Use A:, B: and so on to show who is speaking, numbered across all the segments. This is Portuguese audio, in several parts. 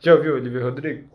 A: Já ouviu o Olivia Rodrigo?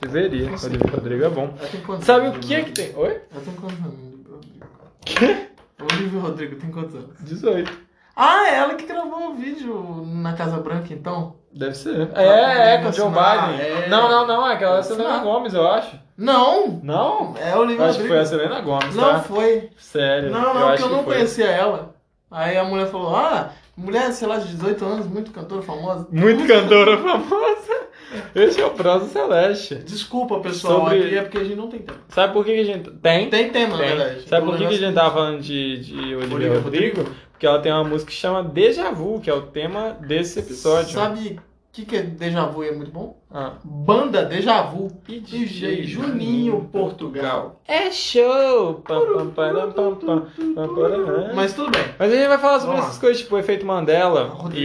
A: Deveria.
B: Não sei.
A: Olivia Rodrigo é bom.
B: Ela tem quantos
A: Sabe
B: anos,
A: o que é que
B: Olivia?
A: tem? Oi?
B: Ela tem quantos anos, Olivia Rodrigo?
A: Quê?
B: O Olivia Rodrigo tem quantos anos?
A: 18.
B: Ah, é ela que gravou o vídeo na Casa Branca, então?
A: Deve ser. É, é, com o Joe
B: assinar,
A: Biden.
B: é.
A: Não, não, não. Aquela é a Selena
B: Assinar.
A: Gomes, eu acho.
B: Não!
A: Não?
B: É a Olivia
A: Acho que foi a
B: Rodrigo.
A: Selena Gomes,
B: Não
A: tá?
B: foi.
A: Sério.
B: Não, não, porque
A: acho
B: eu não
A: que foi.
B: conhecia ela. Aí a mulher falou, ah, mulher, sei lá, de 18 anos, muito cantora famosa.
A: Muito cantora famosa. Esse é o Prosa Celeste.
B: Desculpa, pessoal,
A: Sobre-
B: aqui é porque a gente não tem tempo.
A: Sabe por que que a gente... Tem?
B: Tem tema, na
A: Tem.
B: verdade.
A: Sabe
B: O
A: por que, que a
B: negócio é
A: gente tava falando de, de Olivia
B: Olivia
A: Rodrigo? Porque ela tem uma música que chama Deja Vu, que é o tema desse episódio.
B: Sabe o que, que é Deja Vu e é muito bom?
A: Ah.
B: Banda Deja Vu.
A: E
B: DJ Juninho Portugal.
A: É show! Pam, pam, param, pam, pam, pam, param. Mas
B: Mas tudo bem.
A: a gente vai falar sobre
B: Vamos lá. Ah,
A: essas coisas, tipo o efeito Mandela
B: Rodrigo.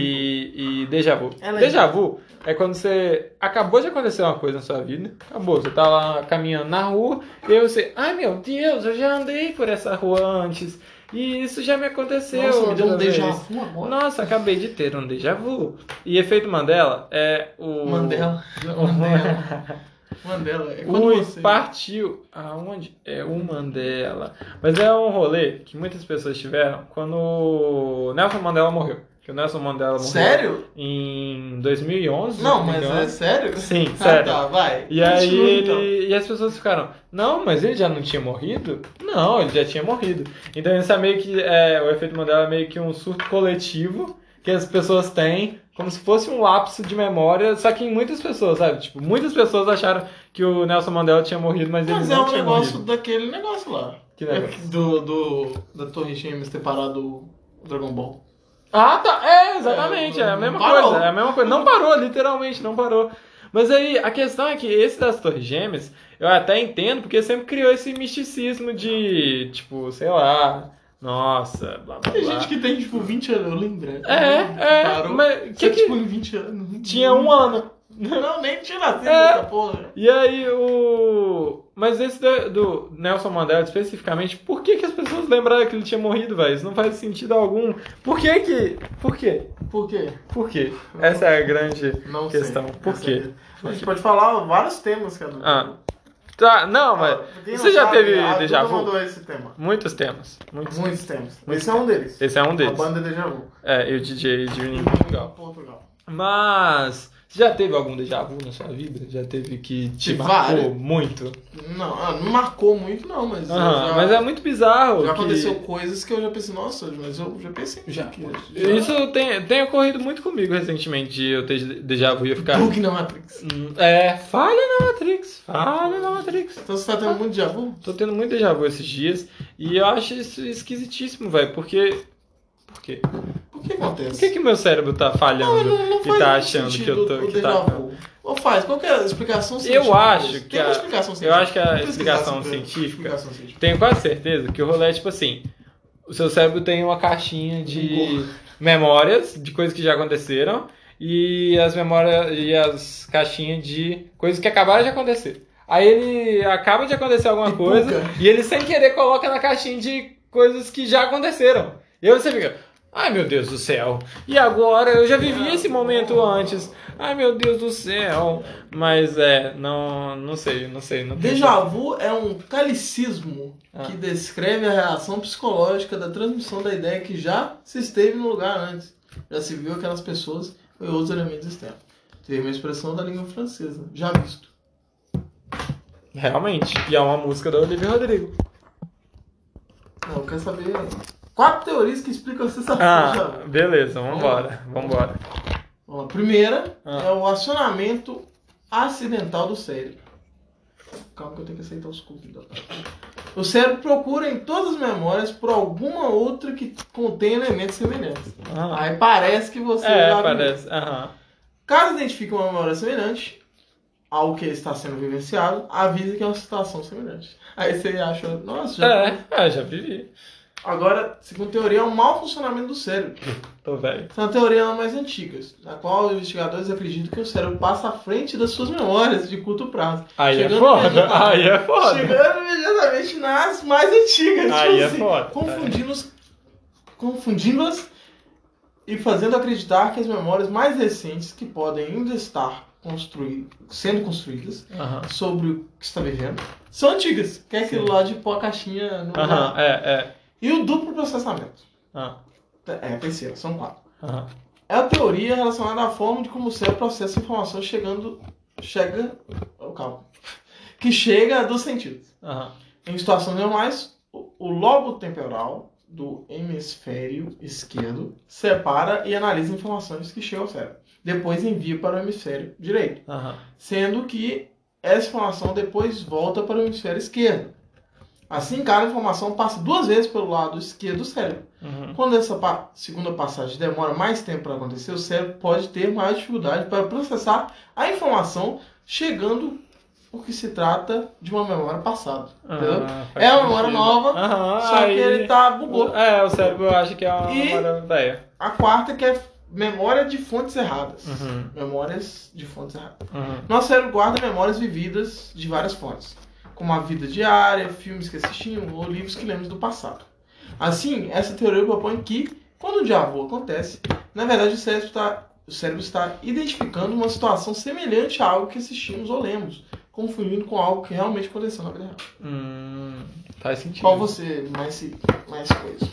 A: e, e déjà vu.
B: Ela é-
A: déjà vu é quando você acabou de acontecer uma coisa na sua vida, acabou, você tá lá caminhando na rua, e aí você, ai meu Deus, eu já andei por essa rua antes, e isso já me aconteceu.
B: Nossa, me deu um
A: outra
B: Deja
A: vez."
B: Vu agora.
A: Nossa, acabei de ter um déjà vu. E efeito Mandela é o.
B: Mandela. Mandela. Mandela. É quando
A: Ui,
B: você...
A: partiu. Aonde? É o Mandela. Mas é um rolê que muitas pessoas tiveram quando o Nelson Mandela morreu. Que o Nelson Mandela morreu
B: Sério?
A: em 2011. se
B: Não,
A: me
B: mas
A: engano.
B: é sério?
A: Sim,
B: Ah,
A: sério.
B: tá, vai.
A: E aí
B: Continua,
A: ele,
B: então.
A: e as pessoas ficaram, não, mas ele já não tinha morrido? Não, ele já tinha morrido. Então isso é meio que, é, o efeito Mandela é meio que um surto coletivo que as pessoas têm, como se fosse um lapso de memória, só que em muitas pessoas, sabe? Tipo, muitas pessoas acharam que o Nelson Mandela tinha morrido, mas,
B: Mas
A: ele
B: é
A: não
B: um
A: tinha
B: negócio
A: morrido.
B: daquele negócio lá.
A: Que negócio?
B: É do, do, da Torre Gêmeas ter parado o Dragon Ball.
A: Ah, tá. É, exatamente. É, a
B: não
A: mesma
B: parou.
A: coisa. É a mesma coisa. Não parou, literalmente, não parou. Mas aí, a questão é que esse das Torres Gêmeas, eu até entendo, porque sempre criou esse misticismo de, tipo, sei lá, nossa, blá blá
B: Tem
A: blá.
B: gente que tem, tipo, 20 anos, eu lembro.
A: É, é,
B: Parou.
A: mas
B: Só
A: que
B: que,
A: que...
B: tipo, em 20 anos.
A: Tinha um ano.
B: Não, nem tinha nascido
A: É.
B: essa porra.
A: E aí o... Mas esse da- do Nelson Mandela especificamente, por que, que as pessoas lembraram que ele tinha morrido, velho? Isso não faz sentido algum. Por que que... Por quê?
B: Por quê?
A: Por quê? Essa é a grande...
B: Não
A: Questão.
B: sei. é
A: Por quê?
B: A gente pode falar vários temas, cara. Ah,
A: Ah, Tá, não, mas...
B: Pra quem
A: você
B: não
A: já teve
B: a
A: déjà
B: Duda
A: vu?
B: mandou é esse tema.
A: Muitos temas. Muitos.
B: Muitos temas.
A: Muitos
B: Esse é um deles.
A: Esse é um
B: A
A: deles.
B: banda Deja Vu.
A: É, e o DJ Juninho Portugal.
B: Portugal.
A: Mas você já teve algum déjà vu na sua vida? Já teve que te
B: Tive
A: marcou
B: vários.
A: muito?
B: Não, ah, não marcou muito, não, mas. eu
A: Aham,
B: já-
A: mas é muito bizarro.
B: Já
A: que-
B: aconteceu coisas que eu já pensei, nossa, mas eu já pensei
A: Já.
B: que-
A: Isso tem, tem ocorrido muito comigo recentemente, de eu ter déjà vu e eu ficar...
B: Bug na Matrix.
A: "Hum, É, falha na Matrix, falha na Matrix.
B: Então você tá tendo muito déjà vu?
A: Tô tendo muito déjà vu esses dias e eu acho isso esquisitíssimo, velho, porque... Por quê?
B: O que
A: Por
B: acontece?
A: que que o meu cérebro tá falhando
B: não, não
A: e
B: faz
A: tá
B: muito
A: achando que
B: sentido
A: eu tô...
B: o
A: que tá...
B: déjà vu. Ou faz? Qual que é a explicação científica?
A: acho
B: disso?
A: que
B: Tem uma
A: a-
B: explicação
A: eu
B: científica.
A: acho que a
B: Vamos pesquisar
A: explicação
B: sobre a
A: científica-
B: explicação científica.
A: Tenho quase certeza que o rolê é tipo assim: o seu cérebro tem uma caixinha
B: Um
A: de memórias de coisas que já aconteceram e as memórias e as caixinhas de coisas que acabaram de acontecer. Aí ele acaba de acontecer alguma
B: E
A: coisa
B: buga.
A: e ele sem querer coloca na caixinha de coisas que já aconteceram. E aí você fica, ai meu Deus do céu. E agora eu já vivi esse momento antes. Ai meu Deus do céu. Mas é, não, não sei, não sei, não tem
B: Déjà vu é um calicismo
A: Ah.
B: que descreve a reação psicológica da transmissão da ideia que já se esteve no lugar antes. Já se viu aquelas pessoas e outros elementos externos. Teve uma expressão da língua francesa, já visto.
A: Realmente. E é uma música da Olivia Rodrigo.
B: Não, eu quero saber quatro teorias que explicam a sensação déjà
A: Ah,
B: vu.
A: beleza, vambora. Vambora.
B: Vamos lá. Primeira
A: Ah.
B: é o acionamento acidental do cérebro. Calma que eu tenho que aceitar os cookies. da tarde. O cérebro procura em todas as memórias por alguma outra que contém elementos semelhantes.
A: Ah,
B: Aí parece que você já
A: é,
B: viu.
A: parece. Aham.
B: Caso identifique uma memória semelhante ao que está sendo vivenciado, avisa que é uma situação semelhante. Aí você acha, nossa, já...
A: É, é, já vivi.
B: Agora, segunda teoria é o mau funcionamento do cérebro. é
A: Tô velho.
B: São teorias mais antigas, na qual os investigadores acreditam que o cérebro passa à frente das suas memórias de curto prazo.
A: Aí é
B: Chegando
A: foda.
B: imediatamente-
A: Aí é foda.
B: Chegando imediatamente nas mais antigas. tipo
A: Aí é
B: assim,
A: foda.
B: Confundindo-as confundindo-as e fazendo acreditar que as memórias mais recentes, que podem ainda estar construí- sendo construídas
A: Aham.
B: sobre o que está vivendo são antigas, que é aquilo
A: Sim.
B: lá de pôr a caixinha no
A: Aham, é, é.
B: E o duplo processamento.
A: Ah,
B: É a terceira, são quatro.
A: aham.
B: É a teoria relacionada à forma de como o cérebro processa a informação chegando. Chega. Oh, calma. Que chega dos sentidos.
A: Aham.
B: Em situações normais, o o lobo temporal do hemisfério esquerdo separa e analisa informações que chegam ao cérebro. Depois envia para o hemisfério direito,
A: Aham.
B: sendo que essa informação depois volta para o hemisfério esquerdo. Assim, cada informação passa duas vezes pelo lado esquerdo do cérebro.
A: Uhum.
B: Quando essa pa- segunda passagem demora mais tempo para acontecer, o cérebro pode ter maior dificuldade para processar a informação, chegando o que se trata de uma memória passada. Entendeu?
A: Ah, faz
B: É uma
A: sentido.
B: memória nova,
A: Aham,
B: só que
A: aí-
B: ele tá bugou.
A: É, o cérebro acha que é uma
B: E-
A: memória velha.
B: A quarta que é memória de fontes erradas.
A: Uhum.
B: Memórias de fontes erradas.
A: Uhum.
B: Nosso cérebro guarda memórias vividas de várias fontes, como a vida diária, filmes que assistimos ou livros que lemos do passado. Assim, essa teoria propõe que, quando o diabo acontece, na verdade o cérebro, está, o cérebro está identificando uma situação semelhante a algo que assistimos ou lemos, confundindo com algo que realmente aconteceu na vida real.
A: Hum, faz sentido.
B: Qual você mais, se- mais coisa?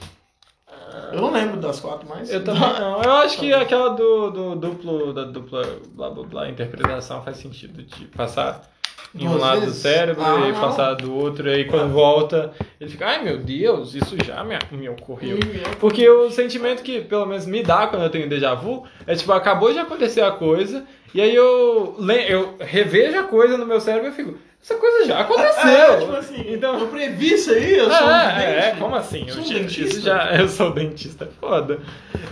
B: Eu não lembro das quatro, mas.
A: Eu também não. Eu acho que aquela do, do duplo, da dupla blá blá blá interpretação faz sentido de passar em um
B: Duas
A: lado do
B: vezes?
A: cérebro
B: Ah,
A: e
B: não. Ah.
A: passar do outro, e aí quando volta, ele fica, ai meu Deus, isso já me, me ocorreu.
B: é
A: Porque o sentimento que, pelo menos, me dá quando eu tenho déjà vu é tipo, acabou de acontecer a coisa, e aí eu, le- eu revejo a coisa no meu cérebro e eu fico, essa coisa já aconteceu.
B: É, tipo assim,
A: então,
B: eu previ isso aí, eu sou um
A: ah, é,
B: vidente.
A: é, como assim?
B: Sou
A: eu,
B: um
A: tive-
B: dentista.
A: Isso já, eu sou um dentista, foda.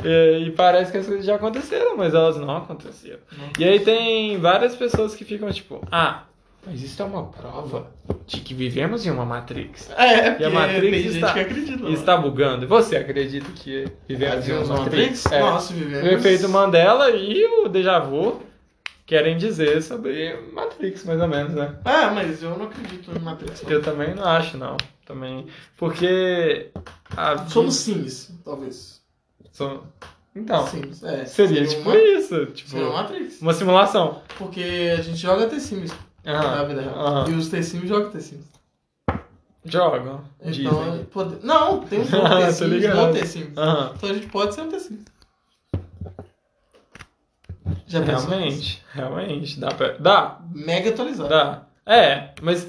A: É, E, parece que as coisas já aconteceram, mas elas não aconteceram.
B: Não.
A: E aí tem várias pessoas que ficam tipo, ah, mas isso é uma prova de que vivemos em uma Matrix.
B: É, porque
A: E a Matrix
B: tem gente
A: está-
B: que acredita.
A: E está bugando. E Você acredita que vivemos em uma Matrix? É.
B: Nossa,
A: O
B: vivemos.
A: efeito Mandela e o déjà vu querem dizer sobre Matrix, mais ou menos, né?
B: É, mas eu não acredito em Matrix. não.
A: Eu também não acho, não. Também. Porque. a vida-
B: Somos sims, talvez.
A: Som- Então.
B: Sims, é.
A: Seria tipo
B: uma...
A: isso, tipo,
B: Seria uma Matrix.
A: uma simulação.
B: Porque a gente joga T-Sims
A: Ah,
B: na vida real.
A: aham.
B: E os T-Sims jogam T-Sims.
A: Jogam,
B: Então,
A: dizem.
B: pode... Não, tem um jogo
A: Ah, tô
B: T-Sims,
A: ligado. Ah.
B: não T-Sims.
A: Aham.
B: Então a gente pode ser um T-Sims. Já pensou nisso?
A: Realmente, realmente, dá pra... Dá,
B: Mega atualizado.
A: dá. É, mas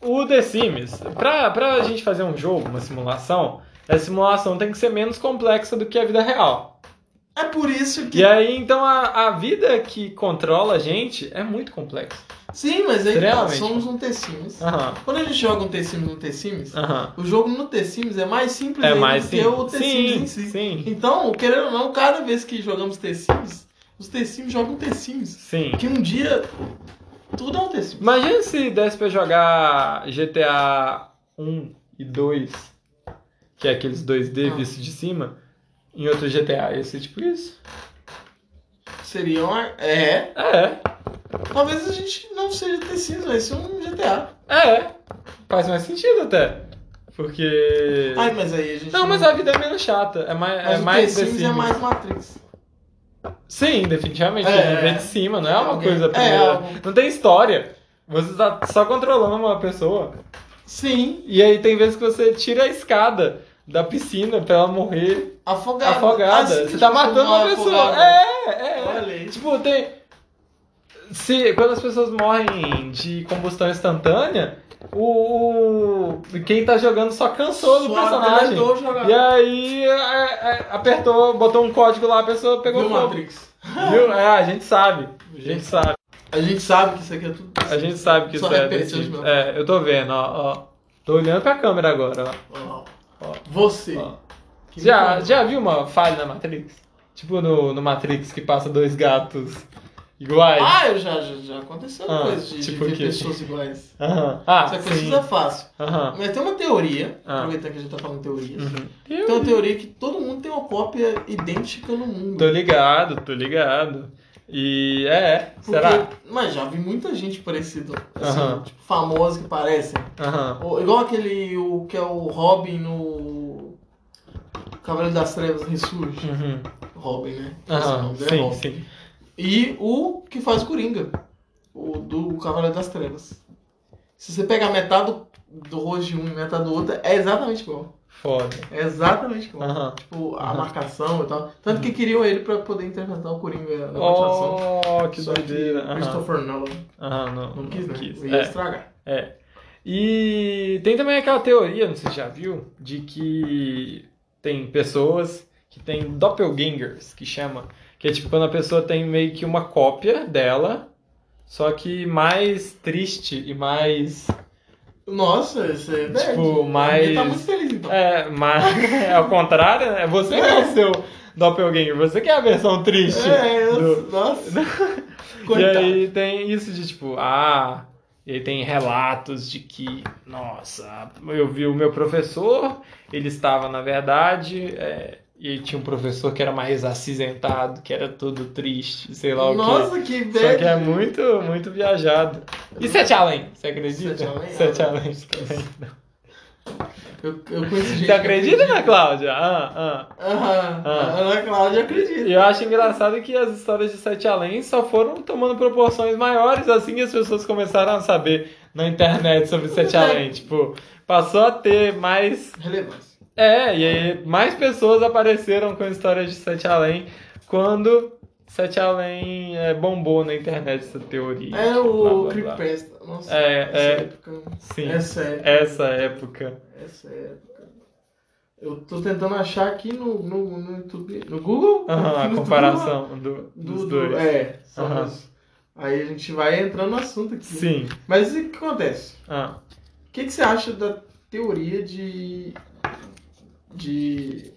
A: o The Sims, pra, pra gente fazer um jogo, uma simulação, a simulação tem que ser menos complexa do que a vida real.
B: É por isso que.
A: E aí, então, a, a vida que controla a gente é muito complexa.
B: Sim, mas aí tá,
A: Extremamente.
B: somos um T-Sims.
A: Aham,
B: Quando a gente joga um T-Sims no T-Sims,
A: aham.
B: o jogo no T-Sims é mais simples
A: É
B: ainda
A: mais
B: do
A: sim.
B: que o T-Sims
A: Sim,
B: em si.
A: sim,
B: Então, querendo ou não, cada vez que jogamos T-Sims, os T-Sims jogam T-Sims.
A: sim.
B: Que um dia tudo é um T-Sims.
A: Imagina se desse pra jogar GTA 1 e 2, que é aqueles 2D
B: Ah.
A: visto de cima, em outro GTA. Ia ser tipo isso?
B: Seria uma. É.
A: É,
B: Talvez a gente não seja T-Sims, vai ser um GTA.
A: é. Faz mais sentido até. Porque.
B: Ai, mas aí a gente.
A: Não, mas a vida é menos chata. É mais,
B: Mas
A: é
B: o
A: mais Ah, The
B: T-Sims é
A: Sims.
B: mais Matrix.
A: Sim, definitivamente.
B: É,
A: É,
B: é.
A: vem de cima, não é uma
B: Alguém-
A: coisa
B: é,
A: primeira.
B: algum-
A: Não tem história. Você tá só controlando uma pessoa.
B: Sim,
A: E aí tem vezes que você tira a escada da piscina pra ela morrer.
B: afogada.
A: afogada.
B: Assim,
A: você tá
B: tipo,
A: matando uma pessoa.
B: afogada.
A: É, é,
B: Olha
A: é.
B: aí.
A: Tipo, tem. Se, quando as pessoas morrem de combustão instantânea, o, o- quem tá jogando só cansou do
B: Só
A: personagem.
B: deletou o jogador.
A: E aí é, é, apertou, botou um código lá, a pessoa pegou
B: Viu,
A: fogo.
B: Matrix?
A: Viu? É, a gente sabe. A gente sabe.
B: A gente sabe que isso aqui é tudo.
A: A gente sabe que
B: Só
A: isso é.
B: referência
A: desse
B: aos
A: tipo.
B: meus.
A: É, eu tô vendo, ó, ó. Tô olhando pra câmera agora, ó.
B: Ó,
A: ó,
B: Você.
A: ó.
B: que me
A: Já,
B: conta.
A: já viu uma falha na Matrix? Tipo no, no Matrix que passa dois gatos iguais?
B: Ah, eu já, já, já aconteceu
A: Ah,
B: coisa de, de
A: tipo o
B: ver
A: quê?
B: pessoas iguais.
A: Aham. Ah,
B: Só que
A: sim.
B: isso é fácil.
A: Aham.
B: Mas tem uma teoria,
A: Ah.
B: aproveitando que a gente tá falando teorias.
A: Uhum.
B: Tem uma teoria que todo mundo tem uma cópia idêntica no mundo.
A: Tô ligado, tô ligado. E é,
B: Porque-
A: será?
B: Mas já vi muita gente parecida. Assim,
A: Aham.
B: tipo, famosa que parecem.
A: Aham.
B: Ou- igual aquele o, que é o Robin no. Cavaleiro das Trevas Ressurge.
A: Uhum.
B: Robin, né? Esse
A: Aham.
B: nome dele é
A: Sim,
B: Robin.
A: sim.
B: E o que faz o Coringa, o do Cavaleiro das Trevas. Se você pegar metade do, do rosto de um e metade do outro, é exatamente igual.
A: Foda.
B: É exatamente igual.
A: Aham.
B: Tipo, a
A: Aham.
B: marcação e tal. Tanto que queriam ele pra poder interpretar o Coringa na continuação.
A: Uhum. Oh, que
B: Só
A: doideira. Aham.
B: Christopher Nolan
A: Ah, não.
B: não quis, né? Ia
A: É,
B: estragar.
A: é. E tem também aquela teoria, não sei se já viu, de que tem pessoas que têm doppelgangers, que chama. Que é tipo quando a pessoa tem meio que uma cópia dela, só que mais triste e mais.
B: Nossa, isso é bad.
A: Tipo, mas-
B: Ele tá muito feliz então.
A: É, mas é ao contrário, né? Você que é o seu doppelganger, você que é a versão triste.
B: É, eu-
A: do-
B: nossa.
A: E
B: Coitado.
A: aí tem isso de tipo, ah, ele tem relatos de que, nossa, eu vi o meu professor, ele estava na verdade, é, e tinha um professor que era mais acinzentado, que era todo triste, sei lá o
B: Nossa, que
A: que.
B: bad.
A: Só que é muito, muito viajado. E Sete Além, você acredita?
B: Sete Além?
A: Sete
B: Ah,
A: Além.
B: esquece. Eu, eu conheço gente.
A: Você acredita, Ana
B: na
A: Cláudia? Ah, ah.
B: Aham,
A: Ah.
B: a Ana Cláudia acredita.
A: E eu acho engraçado que as histórias de Sete Além só foram tomando proporções maiores assim que as pessoas começaram a saber na internet sobre Sete Além. Tipo, passou a ter mais.
B: Relevância.
A: É, e aí mais pessoas apareceram com histórias de Sete Além quando Sete Além é, bombou na internet essa teoria.
B: É
A: tipo, blá,
B: o
A: blá, blá.
B: Creepypasta. Nossa,
A: É,
B: essa
A: é.
B: época.
A: Sim, É
B: Essa época.
A: essa época.
B: Essa época. Eu tô tentando achar aqui no, no, no YouTube. No Google?
A: Aham,
B: Aqui
A: a
B: no
A: comparação do-
B: Google,
A: dos
B: do- do-
A: dois.
B: É, só
A: Aham.
B: isso. Aí a gente vai entrando no assunto aqui.
A: Sim.
B: Mas e o que acontece?
A: Ah,
B: O que, que você acha da teoria de. De.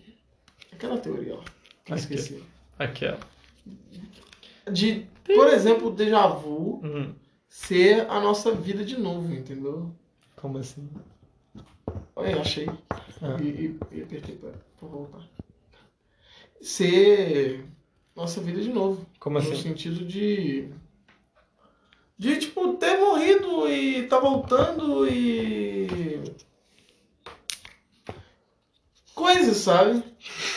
B: Aquela teoria, ó. Que eu
A: Acho que- é.
B: esqueci.
A: aquela.
B: De, por exemplo, o déjà vu
A: Hum,
B: ser a nossa vida de novo, entendeu?
A: como assim?
B: Olha, eu achei.
A: Ah.
B: E, e, e apertei pra, pra voltar. Ser nossa vida de novo.
A: Como
B: No
A: assim?
B: sentido de. De, tipo, ter morrido e tá voltando e. Coisas, sabe?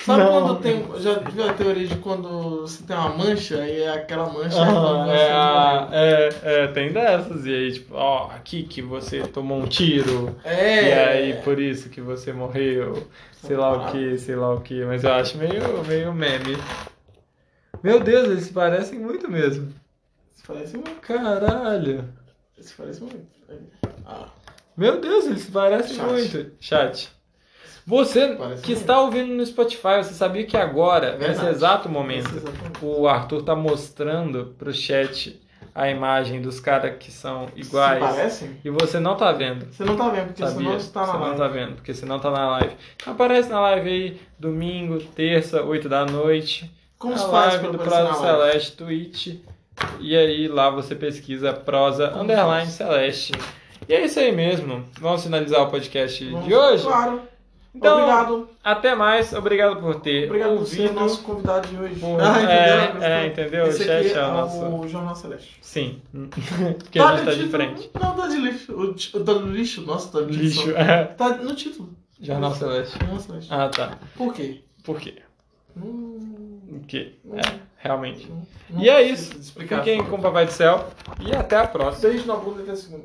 B: Sabe
A: Não.
B: quando tem. Já viu a teoria de quando você tem uma mancha e é aquela mancha é
A: Aham,
B: quando você
A: é, a-
B: morreu?
A: é, é, tem dessas, e aí, tipo, ó, aqui que você tomou um tiro,
B: É.
A: e aí por isso que você morreu, sei lá o que, sei lá o que, mas eu acho meio, meio meme. Meu Deus, eles se parecem muito mesmo.
B: Isso parece muito.
A: Caralho.
B: Isso parece muito. Ah,
A: Meu Deus, eles se parecem
B: Chat.
A: muito. Chat. Você
B: Parece
A: que
B: mesmo.
A: está ouvindo no Spotify, você sabia que agora,
B: Verdade.
A: nesse exato momento,
B: isso exatamente.
A: o Arthur tá mostrando pro chat a imagem dos caras que são iguais.
B: Se parecem?
A: E você não tá vendo.
B: Você não tá vendo, porque
A: Sabia?
B: senão você tá na
A: você não
B: live.
A: tá vendo, porque você não tá na live. Aparece na live aí, domingo, terça, 8 da noite.
B: Como
A: a
B: se faz
A: live
B: pra
A: do
B: aparecer
A: Prosa
B: na live?
A: Celeste, Twitch. E aí lá você pesquisa Prosa
B: Como
A: Underline
B: faz?
A: Celeste. E é isso aí mesmo. Vamos finalizar o podcast
B: Vamos-
A: de hoje.
B: Claro.
A: Então,
B: Obrigado.
A: até mais. Obrigado por ter
B: Obrigado por
A: ouvido.
B: ser nosso convidado de hoje. Ah,
A: Por- é, é, entendeu?
B: Esse
A: Chat é
B: aqui é
A: o
B: o
A: nosso-
B: Jornal Celeste.
A: Sim. porque a gente
B: no
A: tá de
B: título.
A: frente.
B: Não, tá de lixo. O, ti- tá no lixo, nossa, tá no
A: Lixo.
B: título. Tá no título.
A: Jornal Celeste.
B: Jornal Celeste.
A: Ah, tá.
B: Por quê?
A: Por quê?
B: Hum,
A: O quê?
B: não-
A: É, realmente.
B: não-
A: E é
B: não
A: isso.
B: preciso de explicação.
A: Fiquem com o Papai do Céu e até a próxima.
B: um, Beijo na bunda até segunda.